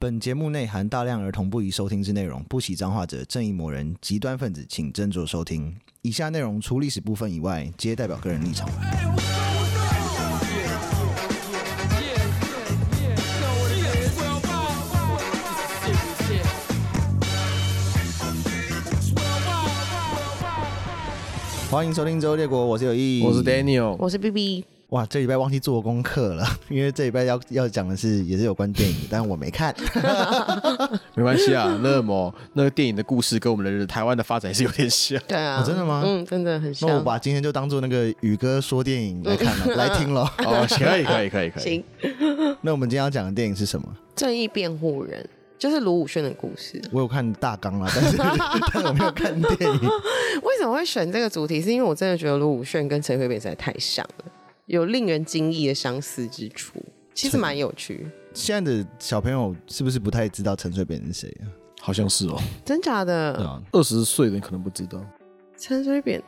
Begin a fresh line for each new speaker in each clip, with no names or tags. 本节目内含大量儿童不宜收听之内容，不喜脏话者、正义魔人、极端分子，请斟酌收听。以下内容除历史部分以外，皆代表个人立场。欢迎收听《周游列国》，我是有
嗯
意，
我是 Daniel，
我是 B B，
哇，这礼拜忘记做功课了，因为这礼拜要要讲的是也是有关电影，但我没看。
没关系啊。那么那个电影的故事跟我们的台湾的发展也是有点 像。
对啊、
哦真的吗
嗯，真的很像。
那我把今天就当做那个宇哥说电影来看了，来听 了。
哦，可以可以可以可以。
行，
那我们今天要讲的电影是什么？
正义辩护人就是卢武铉的故事。
我有看大纲啊啦，但 是但我没有看电影。
为什么会选这个主题？是因为我真的觉得卢武铉跟陈水扁实在太像了，有令人惊异的相似之处，其实蛮有趣。
现在的小朋友是不是不太知道陈水扁是谁啊？
好像是哦，
真假
对
的？
啊，
二十岁的你可能不知道。
陈水扁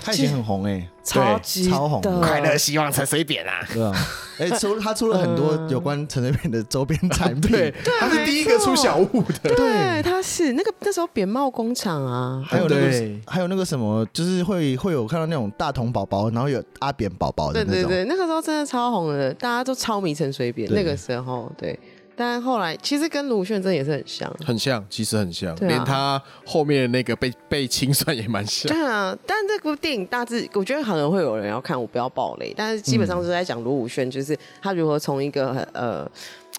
他以前很红哎，
超级
超红
的
快乐希望陈水扁啊，
对啊，哎，出他出了很多有关陈水扁的周边产品，
嗯 对，他是第一个出小物的。
对，他是那个那时候扁帽工厂啊，
还有那个
对
还有那个什么，就是会会有看到那种大童宝宝，然后有阿扁宝宝的
对
那种。
对对，那个时候真的超红的，大家都超迷陈水扁。
对
那个时候，对，但后来其实跟卢武铉真的也是很像。
很像，其实很像，
对啊
连他后面的那个被被清算也蛮像。
对啊，但这部电影大致，我觉得可能会有人要看，我不要暴雷。但是基本上是在讲卢武铉，就是他如何从一个很呃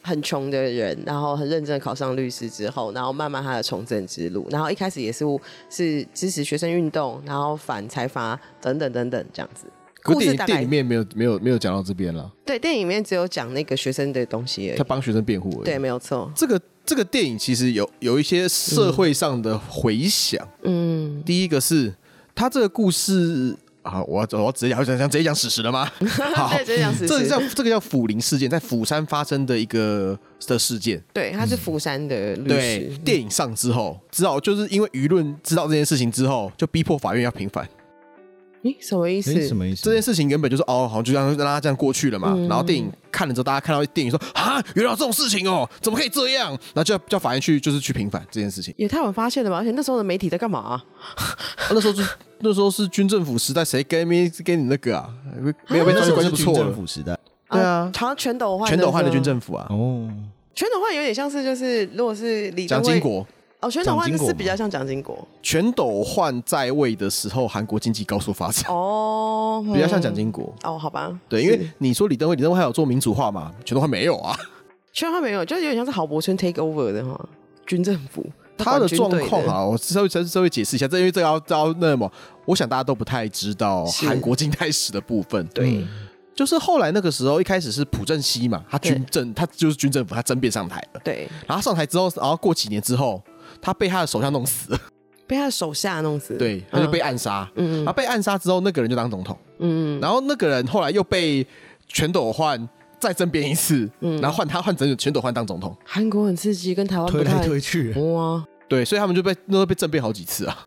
很穷的人，然后很认真地考上律师之后，然后慢慢他的从政之路，然后一开始也是是支持学生运动，然后反财阀等等等等这样子。
可
故
是电
事
影
大
电
概
影里面没有没有没有讲到这边了，
对电影里面只有讲那个学生的东西而
他
已。
帮学生辩护而已。
对，没有错。
这个这个电影其实有有一些社会上的回响。
嗯，
第一个是他这个故事啊，我要我要直接讲，我想讲直接讲史实了吗？好，
对，这样
哦
子
这个
是，
叫这个叫腐林事件，在釜山发生的一个的事件。
对，他是釜山的律
对
师，，
电影上之后，知道就是因为舆论知道这件事情之后，就逼迫法院要平反。
咦，什么意思？
诶什么意思？
这件事情原本就是哦，好像就让让它这样过去了嘛。然后电影看了之后，大家看到电影说啊，原来有这种事情哦，怎么可以这样？然后就要叫法院去就是去平反这件事情。
也太晚发现了吧？而且那时候的媒体在干嘛啊、
啊那时候就那时候是军政府时代，谁跟没跟你那个啊？没有被
那
抓
时
去
候
关
是
就不
军
错了
政。府时代
对啊
好像全呃斗焕，
全斗焕的军
政，
政府啊，
哦，
全斗焕有点像是就是，如果是李
蒋
登
经
辉
国。
哦，全斗
蒋
焕
经国
是比较像蒋经国
全斗焕在位的时候，韩国经济高速发展，
哦，
比较像
嗯
蒋经国。
哦，好吧，
对，因为你说李登辉，李登辉还有做民主化嘛？全斗焕没有 啊。
全斗焕没有，就是有点像是郝柏村 take over 的哈，军政府
他的状况，
管军队
啊，我稍微稍微稍微解释一下，这因为这个要要那么，我想大家都不太知道
是
韩国近代史的部分。
对，
就是后来那个时候，一开始是朴正熙嘛，他军
对
政，他就是军政府，他政变上台了。
对，
然后上台之后，然后过几年之后，他被他的手下弄死了，
被他的手下弄死，
对，他
嗯
就被暗杀。
嗯
他被暗杀之后，那个人就当总统，
嗯
然后那个人后来又被全斗焕再政变一次，
嗯
然后换他换整全斗焕当总统。
韩国很刺激，跟台湾不
推来
太
推去，
哇。
对，所以他们就被那时候被政变好几次啊。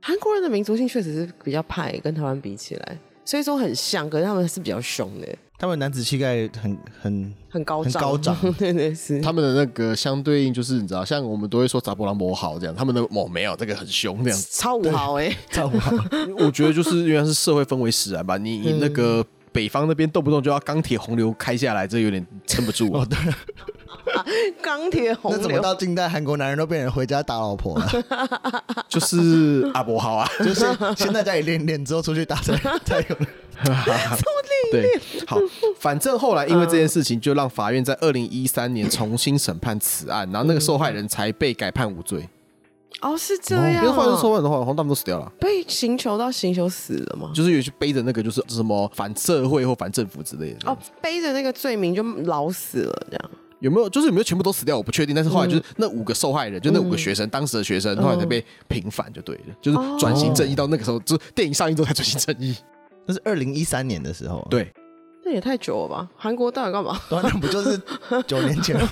韩国人的民族性确实是比较派，跟台湾比起来，所以说很像，可是他们是比较凶的，
他们男子气概很很
很高
很
涨，
高涨
对对是。。
他们的那个相对应就是你知道，像我们都会说扎波朗摩好这样，他们的哦没有这个很凶这样
超五豪哎、欸，
照顾好。
我觉得就是因为是社会氛围使然吧，你你那个北方那边动不动就要钢铁洪流开下来，这有点撑不住、
哦，
啊。
对，
钢铁洪
那怎么
流，
到近代韩国男人都变成回家打老婆 了？
就是阿伯好啊，
就是先在家里练练，之后出去打 才才有。
对，好，反正后来因为这件事情，就让法院在二零一三年重新审判此案，然后那个受害人才被改判无罪。
哦，是这
因
样
为换成
哦、
受害人的话，好像他们都死掉了，
被刑求到刑求死了吗？
就是有些背着那个就是什么反社会或反政府之类的。
哦，背着那个罪名就老死了，这样
有没有就是有没有全部都死掉，我不确定。但是后来就是那五个受害人，就那五个学生，当时的学生，后来才被平反，就对了，就是转型正义到那个时候，就是电影上映之后才转型正义。
那是二零一三年的时候，
对，
那也太久了吧？韩国到底干嘛？
对啊，那不就是九年前吗？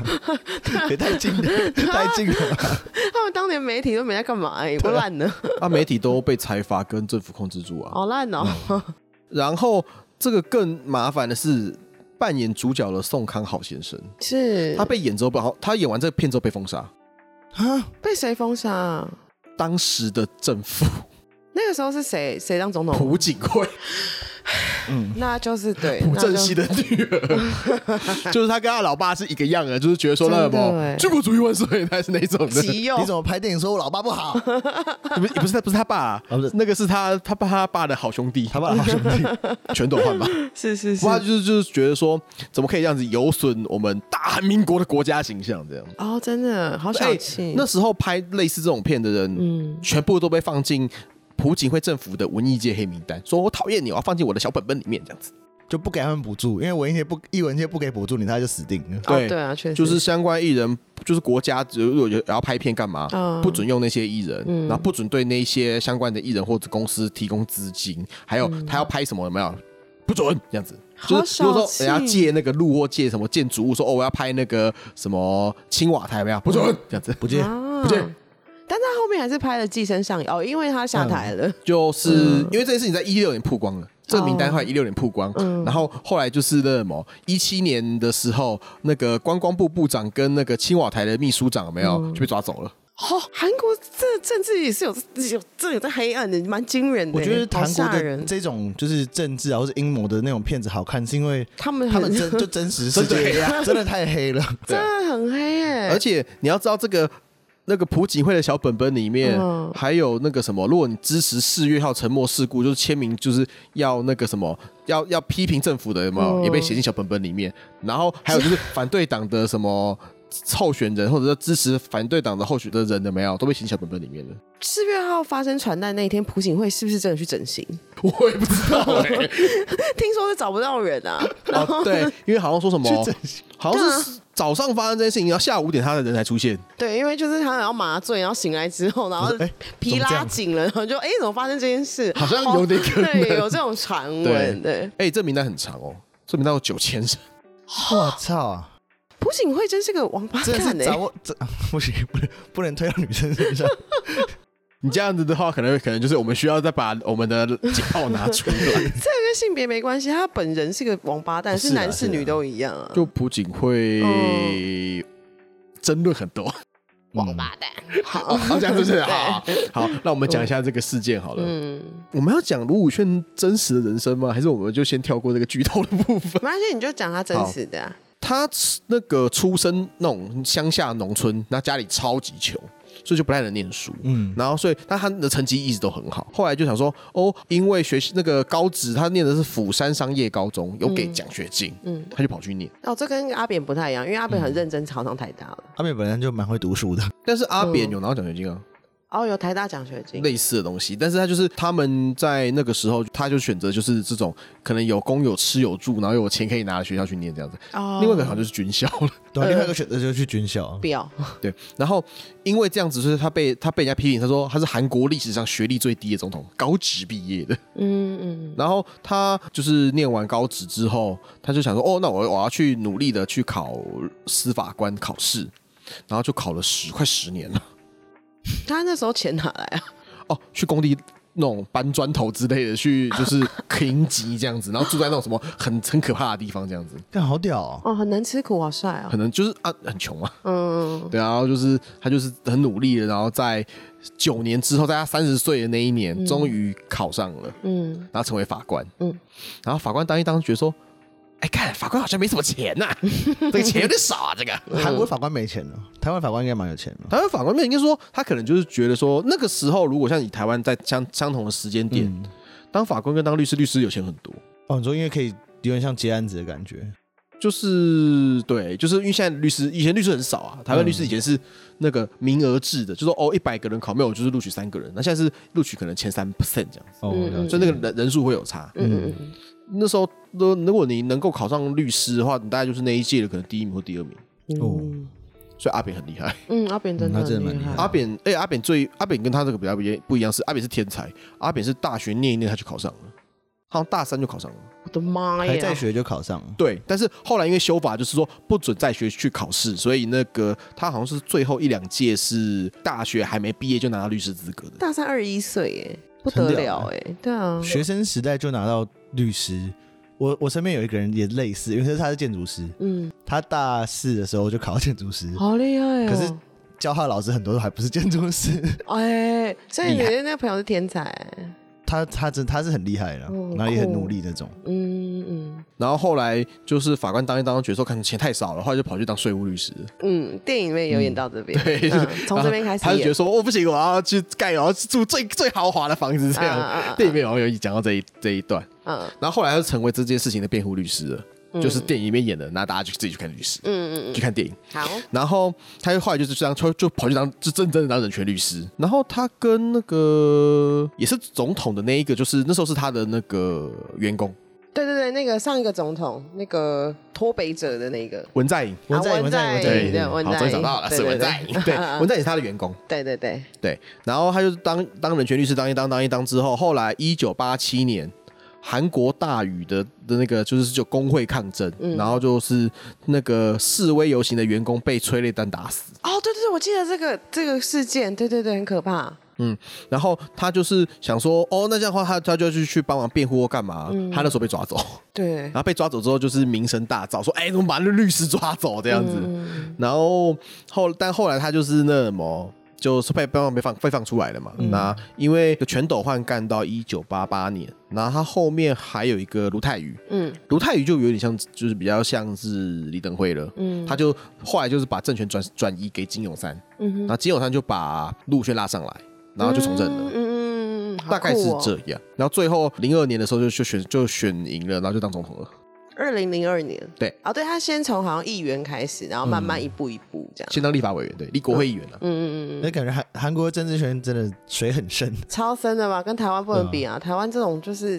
也太近了，太近了 吧。
他们当年媒体都没在干嘛、欸，也不烂呢，
啊，媒体都被财阀跟政府控制住啊。
好烂哦、
然后这个更麻烦的是，扮演主角的宋康昊先生，
是
他被演之后被好，他演完这个片之后被封杀，
啊，
被谁封杀啊？
当时的政府
哦那个时候是谁谁当总统？
朴槿 惠。
嗯，
那就是对
朴正熙
熙
的女儿， 就是他跟他老爸是一个样的，就是觉得说那什
真的
么
欸
“中国主义万岁”，他是那种的。
极右
你怎么拍电影说我老爸不好？
不是不是他不是他爸 啊，
啊不是
那个是他他爸他爸的好兄弟，
他爸的好兄
弟 全斗焕 吧。
是是
不
是
过他就是就是觉得说，怎么可以这样子有损我们大韩民国的国家形象这样？
哦，真的好小
哎
气。
那时候拍类似这种片的人，
嗯，
全部都被放进朴槿惠政府的文艺界黑名单，说我讨厌你，我要放进我的小本本里面这样子。
就不给他们补助，因为文艺界不艺文界不给补助你，他就死定了。
哦
对
对啊，确实
就是相关艺人，就是国家如果有要拍片干嘛，
嗯
不准用那些艺人，
嗯
然后不准对那些相关的艺人或者公司提供资金，还有他要拍什么有没有？不准这样子，
嗯好
就是如果说
小气
人家借那个路或借什么建筑物，说哦我要拍那个什么青瓦台有没有？不准这样子，不
见
啊
不见，
但他后面还是拍了《寄生上流》哦，因为他下台了。
就是、
嗯
因为这件事情在一六年曝光了，这个名
哦
单后来一六年曝光，
嗯
然后后来就是那什么一七年的时候，那个观光部部长跟那个青瓦台的秘书长有没有、
嗯
就被抓走了？
哦，韩国这政治也是有有这有在黑暗的，蛮惊人的。
我觉得
好
韩国
吓
的
人
这种就是政治啊，或是阴谋的那种片子好看，是因为
他们很
他
啊
们真就真实世
真的
界
黑
真的太黑了。
对啊
真的很黑哎、
而且你要知道，这个那个朴槿惠的小本本里面，
嗯
还有那个什么，如果你支持四月号沉没事故，就是签名就是要那个什么，要要批评政府的，有没有、
嗯
也被写进小本本里面？然后还有就是反对党的什么。候选人或者说支持反对党的候选的人有没有都被写进小本本里面了？
四月号发生传难那一天，朴槿惠是不是真的去整形？
我也不知道哎、
听说是找不到人啊，
哦，对，因为好像说什么
去整，
好像是早上发生这件事情，然后下午五点他的人才出现。
对，因为就是他要麻醉，然后醒来之后，然后
我说哎
皮
怎么这
拉
样
紧了，然后就哎、怎么发生这件事？
好像有点可能
哦对，有这种传闻。对，
哎、这名单很长哦，这名单有九千人。
我操，
朴槿惠真是个王八
真的
蛋
是
哎、
掌握这 不行，不能不能推到女生 身上。
你这样子的话，可能可能就是我们需要再把我们的解号拿出 来。
这个跟性别没关系，他本人是个王八蛋，
是啊
是男
是
是
啊
女都一样啊。
就朴槿惠
嗯
争论很多，
王
八蛋，
好、
好，
这样是不是？
对
好，好，好那我们讲一下这个事件好了。
嗯，
我们要讲卢武铉真实的人生吗？还是我们就先跳过这个剧透的部分？
没关系，你就讲他真实的、啊。
他那个出生那种乡下农村，那家里超级穷，所以就不太能念书。
嗯，
然后所以，但他的成绩一直都很好。后来就想说，哦，因为学习那个高职，他念的是釜山商业高中，有给奖学金，
嗯
他就跑去念。
哦，这跟阿扁不太一样，因为阿
嗯
扁很认真考上台大了。
阿妹本来就蛮会读书的，
但是阿扁有拿到奖学金啊，
哦，有台大奖学金，
类似的东西。但是他就是他们在那个时候，他就选择就是这种可能有工有吃有住，然后有钱可以拿的学校去念这样子。
哦，
另外一 个好像就是军校了，
对啊，另外一个选择就是去军校。
不要，
对。然后因为这样子，所以他被他被人家批评，他说他是韩国历史上学历最低的总统，高职毕业的。
嗯嗯，
然后他就是念完高职之后，他就想说，哦，那我我要去努力的去考司法官考试，然后就考了十快十年了。
他那时候钱哪来啊？
哦，去工地那种搬砖头之类的，去就是贫瘠这样子，然后住在那种什么很很可怕的地方这样子，
干好屌哦！
哦，很能吃苦，好帅哦
可，能就是啊很穷啊，
嗯，
对啊，然后就是他就是很努力的，然后在九年之后，在他三十岁的那一年，终于考上了，
嗯，
然后成为法官，嗯
嗯，
然后法官当一当觉得说。哎，看法官好像没什么钱 呐、这个钱有点少啊。这个
嗯
韩国法官没钱了，台湾法官应该蛮有钱的。
台湾法官面应该说，他可能就是觉得说，那个时候如果像你台湾在相相同的时间点，
嗯，
当法官跟当律师，律师有钱很多。
哦，你说因为可以有点像接案子的感觉，
就是对，就是因为现在律师以前律师很少啊，台湾
嗯
律师以前是那个名额制的，就说哦一百个人考没有，我就是录取三个人，那现在是录取可能前三 percent 这样子，
哦，
嗯
了解
所以那个人人数会有差。
嗯嗯嗯，
那时候如如果你能够考上律师的话，你大概就是那一届的可能第一名或第二名，
哦
所以阿扁很厉害。
嗯，阿扁真的
嗯他真的
很厉
蛮厉害
阿扁哎、阿扁最阿扁跟他这个比较不一不一样是阿扁是天才，阿扁是大学念一念他就考上了，好像大三就考上了。
我的妈呀！
还在学就考上了。
对，但是后来因为修法就是说不准在学去考试，所以那个他好像是最后一两届是大学还没毕业就拿到律师资格的。
大三二十一岁耶，不得了哎，对啊，
学生时代就拿到律师，我我身边有一个人也类似，因为他是建筑师，
嗯，
他大四的时候就考到建筑师，
好厉害哦！
可是教他的老师很多都还不是建筑师，
哎，所以你
厉害
的那个朋友是天才，
他他真他是很厉害的，
哦
然后也很
酷
努力那种。
嗯嗯
然后后来就是法官当一当，觉得说看钱太少了，后来就跑去当税务律师。
嗯，电影里面有演到这边，
对，
嗯从这边开始
他就觉得
演，
说哦不行，我要去盖，然后住最最豪华的房子这样。
啊啊啊啊
电影里面好像有讲到这一这一段，
嗯
然后后来他就成为这件事情的辩护律师了，就是电影里面演的，那大家就自己去看律师，
嗯嗯嗯，
去看电影。
好，
然后他后来就是这样，就就跑去当就真正的当人权律师。然后他跟那个也是总统的那一个，就是那时候是他的那个员工
对对对，那个上一个总统，那个脱北者的那个，
文在寅。
文在
啊
寅文在寅
对
文在
对对
寅，
文
好，
在
终于
寅
找到了，
对
是
对
文
对
在寅。 对，文在寅是他的员工。
对对对，
对，然后他就是当当人权律师当一当当一当之后，后来一九八七年韩国大雨的的那个就是就工会抗争，
嗯
然后就是那个示威游行的员工被催泪弹打死。
哦对对对，我记得这个这个事件，对对对，很可怕，
然后他就是想说，哦，那这样的话他他就去去帮忙辩护或干嘛？
嗯
他那时候被抓走，
对
然，后被抓走之后就是名声大噪，说，哎、怎么把那律师抓走这样子？
嗯
然后后但后来他就是那什么。就是被被放被放被放出来了嘛？
嗯
那因为全斗焕干到一九八八年，然后他后面还有一个卢泰愚，
嗯
卢泰愚就有点像，就是比较像是李登辉了。
嗯
他就后来就是把政权转转移给金永三，
嗯哼
然后金永三就把陆轩拉上来，然后就从政了。
嗯嗯嗯嗯，好
大概是
酷哦
这样。然后最后零二年的时候就就选就选赢了，然后就当总统了。
二零零二年，
对，
哦，对他先从好像议员开始，然后慢慢一步一步这样，
先当立法委员，对，立国会议员 了、啊。
嗯嗯嗯
那感觉韩韩国政治圈真的水很深，
嗯，超深的嘛，跟台湾不能比啊，台湾这种就是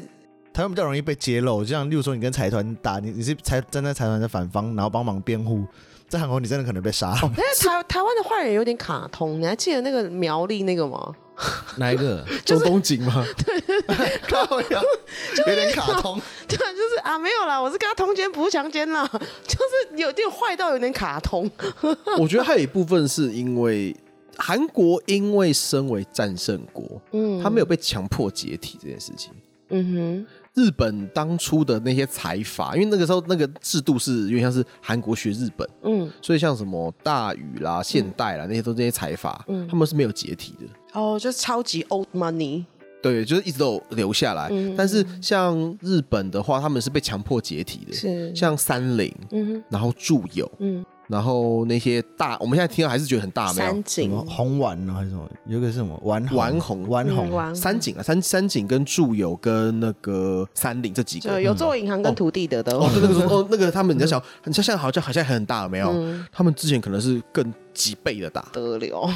台湾比较容易被揭露。就像例如说你跟财团打，你你是财站在财团的反方，然后帮忙辩护，在韩国你真的可能被杀。
但是台台湾的坏人有点卡通，你还记得那个苗栗那个吗？
哪一个？
中东锦 吗？
靠呀，有点卡通。
对，就是啊，没有啦，我是跟他通奸，不是强奸啦，就是有点坏到有点卡通。
我觉得还有一部分是因为韩国因为身为战胜国，
嗯
他没有被强迫解体这件事情。
嗯
日本当初的那些财阀，因为那个时候那个制度是有点像是韩国学日本，
哼，嗯，
所以像什么大宇啦、现代啦，那些都是这些财阀，
嗯
他们是没有解体的。
哦，就是超级 old money，
对，就是一直都有留下来。
嗯
但是像日本的话，他们是被强迫解体的，
是
像三菱，
嗯
然后住友，
嗯
然后那些大，我们现在听到还是觉得很大，
哼，
啊没有
三？
什
井
么红丸啊呢，还是什么？有一个是什么丸
丸红
丸
嗯
红，
湾
三井啊，三三井跟住友跟那个三菱这几
就
个。
有做银行跟土地的的，
哦，对，那个时候，哦，那个他们，你在想，很像，像好像好像很大，有没有？他们之前可能是更几倍的大
嗯 得流。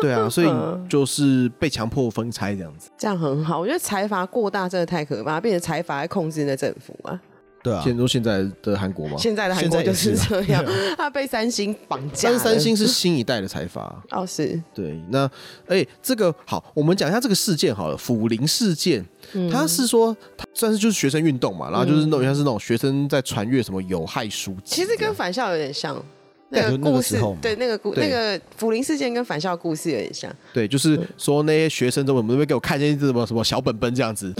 对啊，所以
嗯
就是被强迫分拆这样子。
这样很好，我觉得财阀过大真的太可怕，变成财阀来控制那政府啊！
对啊，
现说现在的韩国吗？
现在的韩
现在
国
也
就是
是
这样， 他被三星绑架
啊但
了。
是三 星是新一代的财阀，
哦是，
对，那哎、这个好，我们讲一下这个事件好了，辅林事件，
嗯
它是说它算是就是学生运动嘛，然后就是那种像是那种学生在传阅什么有害书籍，
其实
这
跟
样
返校有点像。
啊对啊
那个
就那个
故
时
事
候嘛，
对那个故
对
那个福林事件跟返校故事有点像，
对，就是说那些学生怎么怎么给我看见什么什么小本本这样 子，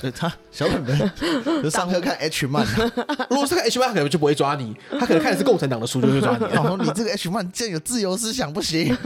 对他小本本，就上课看 H 漫，啊
如果是看 H 班，他可能就不会抓你，他可能看的是共产党的书就会 抓你。哦
然后你这个 H 漫竟然有自由思想不行，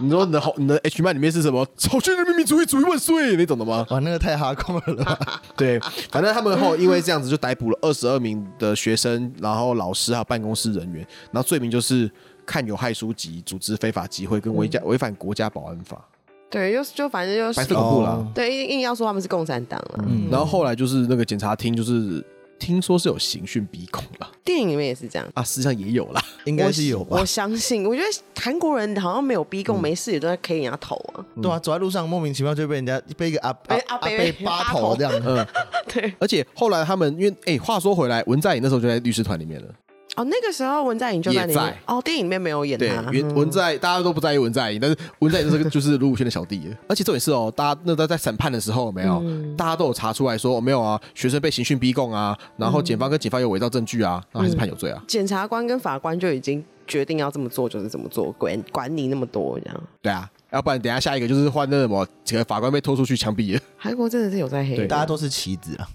你说你的你的 H 班里面是什么草原人民民主义主义万岁那种的吗？
哇，那个太哈控了吧？
对，反正他们后因为这样子就逮捕了二十二名的学生，然后老师还有办公室人员，然后罪名就是看有害书籍、组织非法集会跟违家违反国家保安法，
对，就就反正就
白
是
色 恐怖啦。
哦
对硬硬要说他们是共产党啊了，
嗯，然后后来就是那个检察厅就是。听说是有刑讯逼供了
电影里面也是这样，
啊，实际上也有啦。
应该是有吧嗯
我？相信，我觉得韩国人好像没有逼供，没事也都在 K 人家头啊，
对啊，走在路上莫名其妙就被人家被一个阿
哎
阿
阿伯
被扒头这样，
嗯，
对，
而且后来他们因为哎、话说回来，文在寅那时候就在律师团里面了。
哦那个时候文在寅就在里
也在
面，哦电影里面没有演
对，
他，
文文在大家都不在意文在寅，但是文在寅就是就是卢武铉的小弟，而且重点是哦，大家那在在审判的时候有没有，大家都有查出来说、哦、没有啊，学生被刑讯逼供啊，然后检方跟警方有伪造证据啊，然后还是判有罪啊，
检察官跟法官就已经决定要这么做就是这么做，管管你那么多这样。
对啊，要不然等一下
嗯
下一个就是换那什么，几个法官被拖出去枪毙了，
韩国真的是有在黑嗯
对
的，
大家都是棋子啊，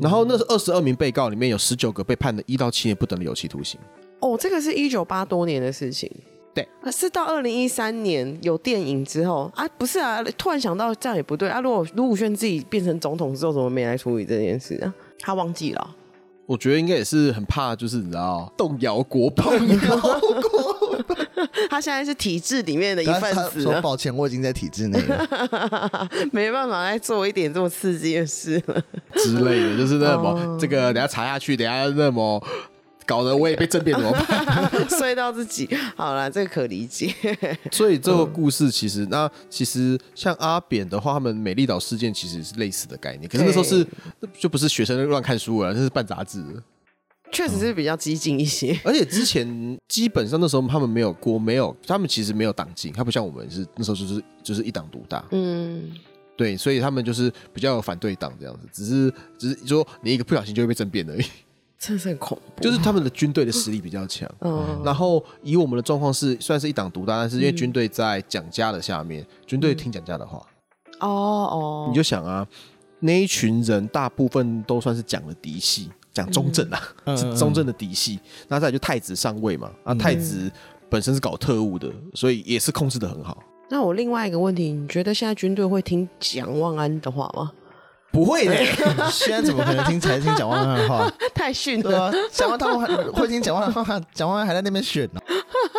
然后那二十二名被告里面有十九个被判了一到七年不等的有期徒刑。
哦，这个是一九八多年的事情。
对
啊，是到二零一三年有电影之后啊，不是啊，突然想到这样也不对啊。如果卢武铉自己变成总统之后，怎么没来处理这件事啊？他忘记了哦、
我觉得应该也是很怕，就是你知道动摇国宝，
他现在是体制里面的一
他
份
他
子
说
了，
抱歉，我已经在体制内 了。
没办法再做一点这么刺激的事 了。
之类的，就是那么这个等下查下去，等下那么搞得我也被政变怎么办？
摔到自己，好啦，这个可理解。
所以这个故事其实，那其实像阿扁的话，他们美丽岛事件其实是类似的概念，可是那时候是就不是学生乱看书啊了，那是办杂志的。
确实是比较激进一些。
而且之前基本上那时候他们没有国没有，他们其实没有党禁，他不像我们是那时候就是就是一党独大，
嗯，
对，所以他们就是比较有反对党这样子，只是只是说你一个不小心就会被政变而已。
真是很恐怖。
就是他们的军队的实力比较强。
嗯，
然后以我们的状况是，虽然是一党独大，但是因为军队在蒋家的下面，军队听蒋家的话，
哦哦，
你就想啊，那一群人大部分都算是蒋的嫡系，蒋中正啊，是中正的嫡系。那再来就太子上位嘛，啊，太子本身是搞特务的，所以也是控制的很好。
那我另外一个问题，你觉得现在军队会听蒋万安的话吗？
不会的，
现在怎么可能听才听蒋万安的话？
太 逊
对
了，
啊，蒋万他们还会听蒋万安的话，蒋万安还在那边选呢，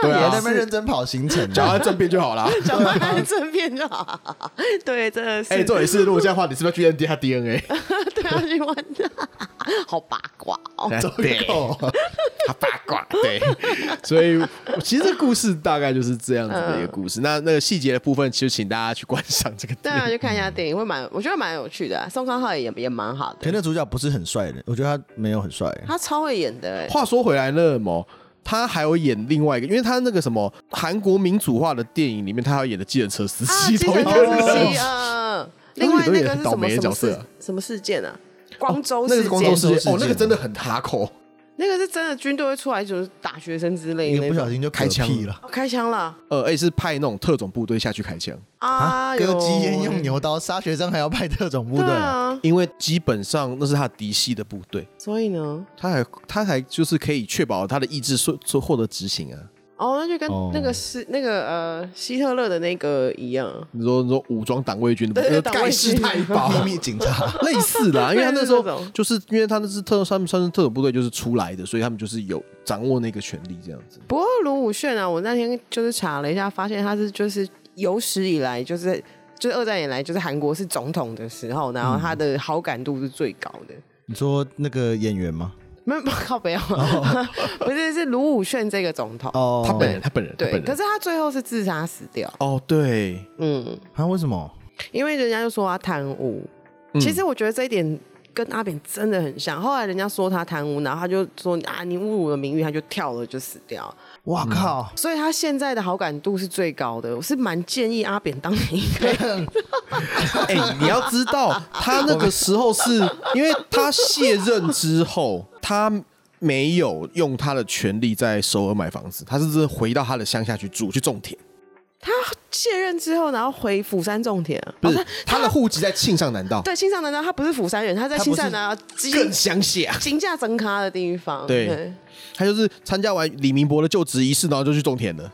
对
也在
啊
那，边 认真跑行程啊
蒋
呢。
安政变就好啦。
蒋万安正片就好。 对，真的是，
哎，重点是，如果这样的话，你是不是要去 N D 他 D N A？
对啊，去万 安，好八卦哦。
对，他八卦，对，所以其实这故事大概就是这样子的一个故事。那那个细节的部分，其实请大家去观赏这个
对
电影。
啊，去看一下电影会蛮，我觉得蛮有趣的啊、宋康昊也也蛮好
可
的，
那主角不是很帅的，我觉得他没有很帅。
他超会演的、欸。
话说回来，那么他还有演另外一个，因为他那个什么韩国民主化的电影里面，他还有演的计程车司
啊，
机，
计程车司机
哦
啊。
他
另外
们都
那
演
个
很
是
倒
什么
霉的
什么
角色
事
啊哦
什么事件啊？光州
那个
事
是
件，
光州事
事件
件，哦，那个真的很哈口，
那个是真的军队会出来就是打学生之类
一
的
个
那
不
种，
小心就
开枪
嗝屁了
哦开枪了
呃，而且是派那种特种部队下去开枪，
啊！
割
有
鸡烟用牛刀杀学生，还要派特种部
对
队。
啊，
因为基本上那是他的嫡系的部队，
所以呢，
他还他还就是可以确保他的意志受受获得执行啊。
哦，那就跟
哦
那个是、那个呃希特勒的那个一样，
你说你说武装党卫军的部
对
队，呃
党卫
盖世
军
太保
秘密警 察，
类似啦，因为他那时
类似这
候
种
就是因为他那是特他们算是特种部队，就是出来的，所以他们就是有掌握那个权利这样子。
不过卢武铉啊，我那天就是查了一下，发现他是就是有史以来就是就是二战以来就是韩国是总统的时候，然后他的好感度是最高的。
你说那个演员吗？
没有靠北哦， 不是是卢武铉这个总统，
哦，
他本人，他本人，他
对，
本
可
人。
是他最后是自杀死掉，
哦，对，
嗯，
他为什么？
因为人家就说他贪污，
嗯
其实我觉得这一点跟阿扁真的很像。后来人家说他贪污，然后他就说啊，你侮辱我的名誉，他就跳了就死掉了。
哇靠！
所以他现在的好感度是最高的。我是蛮建议阿扁当年应该
哎，你要知道，他那个时候是因为他卸任之后，他没有用他的权利在首尔买房子，他是真的回到他的乡下去住，去种田。
哦他卸任之后，然后回釜山种田啊。
不
哦
是，他的户籍在庆尚南道，
对，青藏南道他不是釜山人，他在
他不
青
是
藏南道金
更乡下。
金价增咖的地方。
对他就是参加完李明博的就职仪式，然后就去种田了。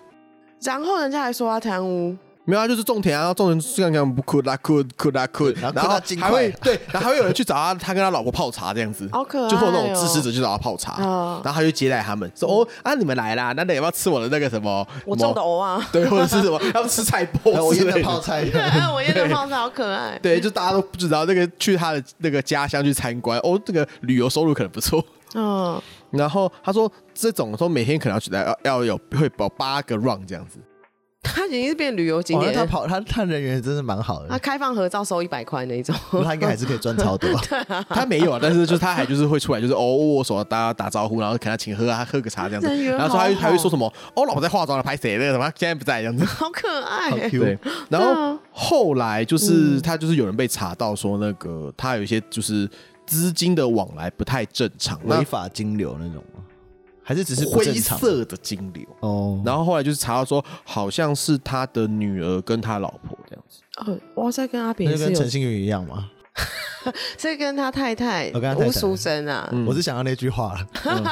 然后人家还说他贪污，
没有啊，就是种田啊，然后种田这样这样不哭啦哭哭啦哭，
然后
然
哭
后
到金
还会
块
对， 然后还会有人去找他，他跟他老婆泡茶这样子，
好可爱哦
就会有那种支持者去找他泡茶，
哦
然后他就接待他们，
嗯
说哦啊你们来啦，那你要不要吃我的那个什么？
我
什么
种的藕啊，
对，或者是什么？他们吃菜
哎
包
我
之
演
类
的
的
泡菜，
哎 我也的放好可爱。
对，就大家都不知道那个去他的那个家乡去参观，哦，这个旅游收入可能不 错。
嗯，
然后他说，这种说每天可能要去要要有会跑八个 round 这样子，
他已经是变旅游景
哇那
点
他
了。
跑他他人缘真是蛮好
他
的，
开放合照收一百块那一种。
他应该还是可以赚超多。
他没有啊，但是就是他还就是会出来， 就是哦握手啊，大家打招呼，然后跟他请喝啊，喝个茶这样子
人，缘
然后说他
好
会
好
还会说什么哦，老婆在化妆了，拍谁那个什么现在不在这 样子。
好可爱、
好 Q
对，然后后来就是他就是有人被查到说那个他有一些就是资金的往来不太正常，那
嗯
违法金流那种吗？还是只是不
灰
正常
色的金流。
嗯
哦？
然后后来就是查到说，好像是他的女儿跟他老婆这样子，
呃，哇塞，跟阿扁
那就是跟
有
陈星宇一样嘛，
这跟他太太
哦跟他太太
吴淑珍啊，
我是想要那句话 了，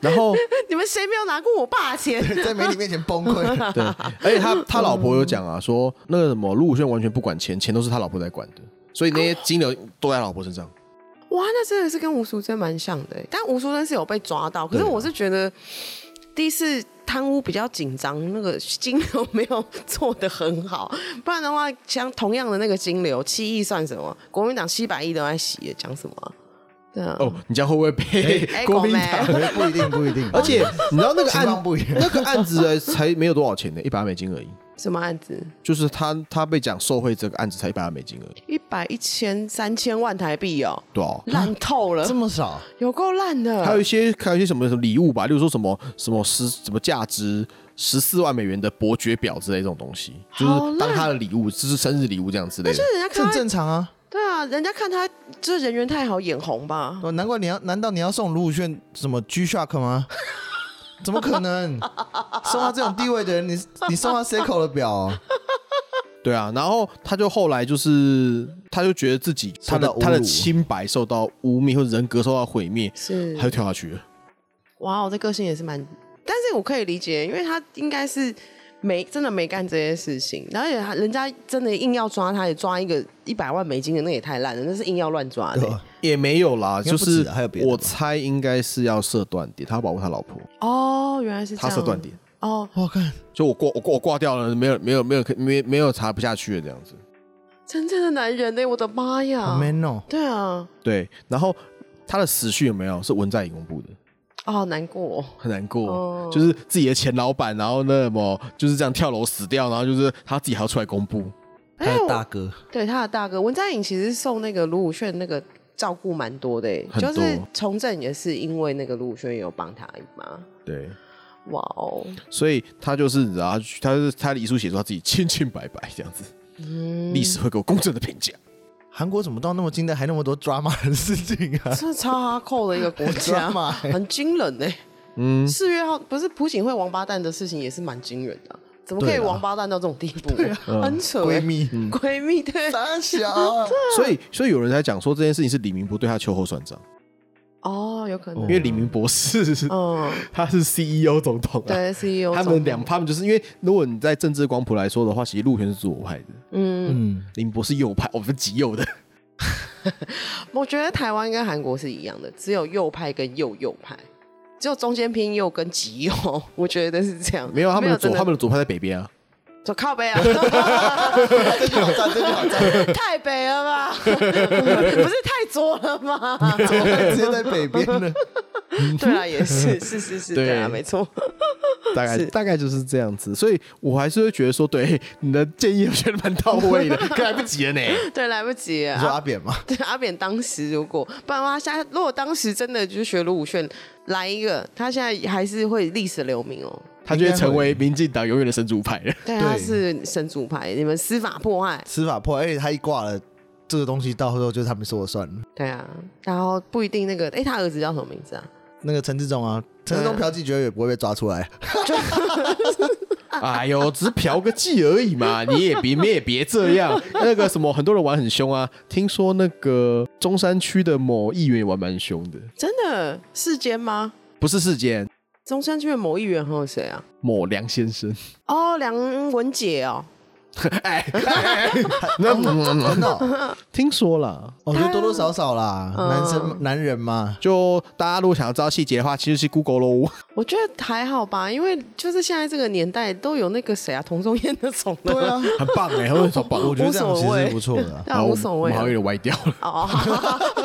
然后
你们谁没有拿过我爸的钱？
在媒体面前崩 溃。
对，而且他他老婆有讲啊，说那个什么陆武炫完全不管钱，钱都是他老婆在管的，所以那些金流都在他老婆身上。
哇，那真的是跟吴淑珍蛮像的欸，但吴淑珍是有被抓到，可是
对啊
我是觉得第一次贪污比较紧张，那个金流没有 做得很好，不然的话，像同样的那个金流七亿算什么？国民党七百亿都在洗耶，讲什么啊？对啊，
哦，你这样会不会被
哎
国民
狗
党？
不一定，不一定。
而且你知道那个
情况
案
不一样
那个案子才没有多少钱呢，一百美金而已。
什么案子？
就是他他被讲受贿这个案子才一百美金而已，
一百、一千、三千万台币哦，
对啊。
烂透了
这，么少，
有够烂的。
还有一些还有一些什么什么礼物吧，例如说什么什么十什么价值十四万美元的伯爵表之类这种东西，就
好
是
烂
当他的礼物，就是生日礼物这样之类的。
就是人家
这
看
很
他，
正常啊。
对啊，人家看他就是人缘太好，眼红吧？
哦，难怪你要，难道你要送卢武铉什么 G Shock 吗？怎么可能？送他这种地位的人，你你送他 Seiko 的表哦、
对啊，然后他就后来就是，他就觉得自己他
受
的
到侮辱
他的清白受到污蔑或者人格受到毁灭，
是
他就跳下去了。
哇，我这个性也是蛮，但是我可以理解，因为他应该是没真的没干这些事情，然后也他人家真的硬要抓他，也抓一个一百万美金的，那也太烂了，那是硬要乱抓的、
对 吧
也没有啦，
应该
就
不止啊
是
还有别的吧啊
我猜应该是要设断点，他要保护他老婆，
哦，原来是这
他
样。
设断点，
哦，
我看
就我挂我挂我挂掉了，没有没有没有没没有查不下去了这样子。
真正的男人呢、我的妈呀！
好 man 哦，
对啊，
对，然后他的死讯有没有是文在寅公布的？
哦，难过、哦。
很难过，
哦
就是自己的前老板，然后那么就是这样跳楼死掉，然后就是他自己还要出来公布，
他
哎
的
我
大哥，
对他的大哥文在寅其实受那个卢武铉那个照顾蛮多的、欸，
很多
就是从政也是因为那个卢武铉也有帮他嘛。
对。
哇哦，
所以他就是你知道，他他就是他的遗书写说他自己清清白白这样子，
嗯
历史会给我公正的评价。
韩国怎么到那么近代还那么多抓马的事情 啊？
真的超哈扣的一个国家
很抓马欸
很惊人呢、嗯，四月号不是朴槿惠王八蛋的事情也是蛮惊人的啊、怎么可以
对啦
王八蛋到这种地步？
啊嗯
很扯欸、
闺蜜，
闺蜜对
傻小，啊
所以所以有人在讲说这件事情是李明博对他秋后算账，
哦，有可能
因，为李明博是、
嗯，
他是 CEO 总统啊，
对
哦
CEO
他
总
们两他们就是因为如果你在政治光谱来说的话，其实陆权是左派的，
嗯，
李明博是右派，我们极右的。
我觉得台湾跟韩国是一样的，只有右派跟右右派，只有中间偏右跟极右，我觉得是这样。
没有他们的左
真的
他们的左派在北 边啊，
走靠北 啊，
这就好赞，这就好赞，
太北了吧？ 不是太左了吗？
怎么 会直接在北边 呢？
对啊，也是是是是，
对
对啊，没错。
大概
是
大概就是这样子，所以我还是会觉得说，对 你的建议我觉得蛮到 位的，可来不及了呢。
对，来不及了
你说
啊。
阿扁吗？
对 阿扁当时如果不然的话，现在如果当时真的就是学卢武铉来一个，他现在还是会历史留名哦。
他就会成为民进党永远的神主派了。
对，啊他是神主牌，你们司法迫害，
司法破，而且他一挂了，这个东西到最后就是他们说了算了。
对啊，然后不一定那个，哎，他儿子叫什么名字啊？
那个陈志忠啊，陈志忠嫖妓绝对也不会被抓出来，
哎呦，只是嫖个妓而已嘛，你也别你也别这样。那个什么，很多人玩很凶啊，听说那个中山区的某议员也玩蛮凶的，
真的世间吗？
不是事件，
中山区的某议员还有谁啊？
某梁先生。
哦，梁文杰哦，
哎，哎哎那
真的 哦，
听说啦。
我觉得多多少少啦，
嗯
男生男人嘛，
就大家如果想要知道细节的话，其实去 Google 喽。
我觉得还好吧，因为就是现在这个年代都有那个谁啊，童仲彦那种的，
对啊，
很棒哎、欸，很超棒。
我觉得这样其
无所
实
谓
是不错的 啊。
对啊，无所谓
我们
啊
好像有点歪掉了。
哦，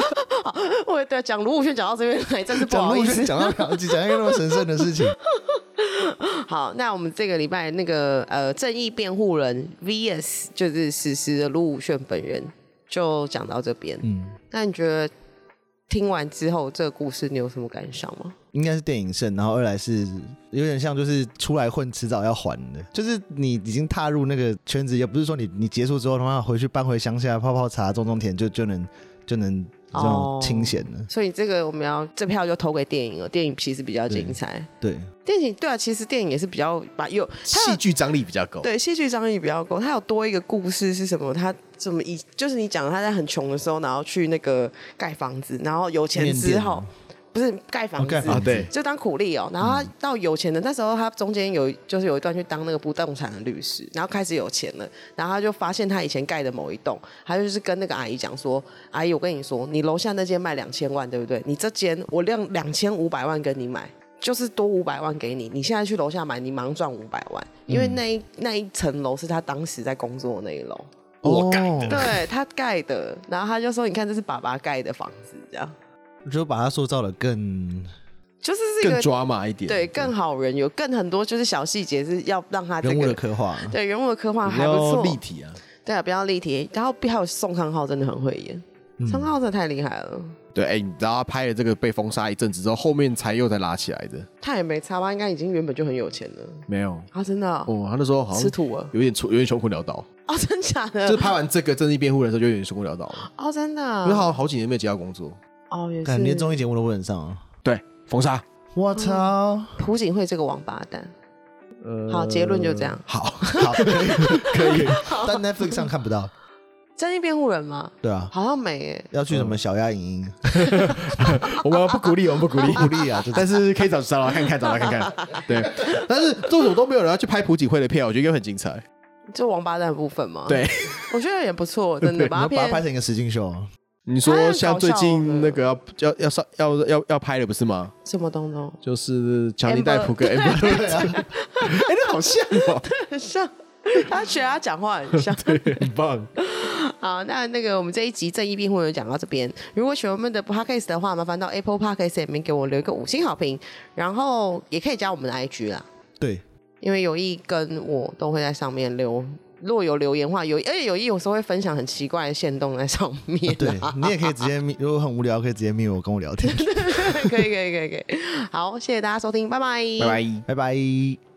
我对啊讲卢武铉讲到这边来，真是不好意思。
讲到嫖妓，讲一个那么神圣的事情，
好，那我们这个礼拜那个呃，正义辩护人 VS 就是史实的卢武铉本人，就讲到这边。
嗯，
那你觉得听完之后这个故事，你有什么感想吗？
应该是电影胜，然后二来是有点像就是出来混，迟早要还的，就是你已经踏入那个圈子，也不是说你你结束之后的话回去搬回乡下泡泡茶种种田就就能就能这种清闲的。
所以这个我们要这票就投给电影了，电影其实比较精彩。
对，
电影对啊，其实电影也是比较把有它
戏
有
剧张力比较够。
对戏剧张力比较够，它有多一个故事是什么？它怎么以就是你讲他在很穷的时候，然后去那个盖房子，然后有钱
面
之
店
后
吗。
不是盖房
哦
子
盖房
子啊对
就当苦力哦、然后他到有钱的那时候，他中间有就是有一段去当那个不动产的律师，然后开始有钱了，然后他就发现他以前盖的某一栋，他就是跟那个阿姨讲说：“阿姨，我跟你说，你楼下那间卖两千万，对不对？你这间我让两千五百万跟你买。”就是多五百万给你，你现在去楼下买，你马上赚五百万，因为那一、那一层楼是他当时在工作的那一楼，
我改
哦
的
对他盖的，然后他就说：“你看，这是爸爸盖的房子，这样
就把它塑造的更
就是是一
更
个
抓马一点。
对更好人，有更很多就是小细节是要让他啊这
人物的
个
刻画。
对人物的刻画
比
还不
较
错，
立体啊。
对啊，比较立体。然后还有宋康昊真的很会演，
嗯
宋康昊真的太厉害了，
对，哎，你知道他拍了这个被封杀一阵子之后，后面才又再拉起来的。
他也没差吧？应该已经原本就很有钱了
没有，
啊，真的哦、
哦，他那时候好
吃
像
土了
有点出，有点穷困潦倒。
哦，真假
就
的
是？拍完这个《正义辩护人》的时候，就有点穷困潦倒了，
哦，真的
因
啊、
为好像好几年没有接到工作。
哦，也
感觉连
是。
综艺节目都不能上啊！
对，封杀。
我操！
朴槿惠这个王八蛋，
呃
好结论就这样
好，
好，可以可以，但 Netflix 上看不到。
正义辩护人吗？
对啊，
好像没诶、
要去什么小鸭影音？
我们不鼓励，我们不鼓
嗯
励，
不利啊，这
但是可以找找来看看，找来看看。对，但是这种都没有人要去拍朴槿惠的片，我觉得应该会很精彩。
就王八蛋的部分嘛。
对，
我觉得也 不错，真的把
把
它
它把它拍
变。
成一个实境秀啊，
你说像最近那个要要要上要要要拍的不是吗？
什么东东，
就是强尼戴普跟 Amber，Heard 哎，那好像哦，
很像他学他讲话很像。
很棒。
好，那那个我们这一集正义辩护人讲到这边。如果喜欢我们的 podcast 的话，麻烦到 Apple Podcast 里面给我留一个五星好评，然后也可以加我们的 IG 啦，
对，
因为有意跟我都会在上面留。如果有留言的话，有而且有意有时候会分享很奇怪的线动在上 面、啊。
对你也可以直接密，如果很无聊可以直接密我跟我聊天，
可以可以可以可以。好，谢谢大家收听，拜拜，
拜拜。
拜拜。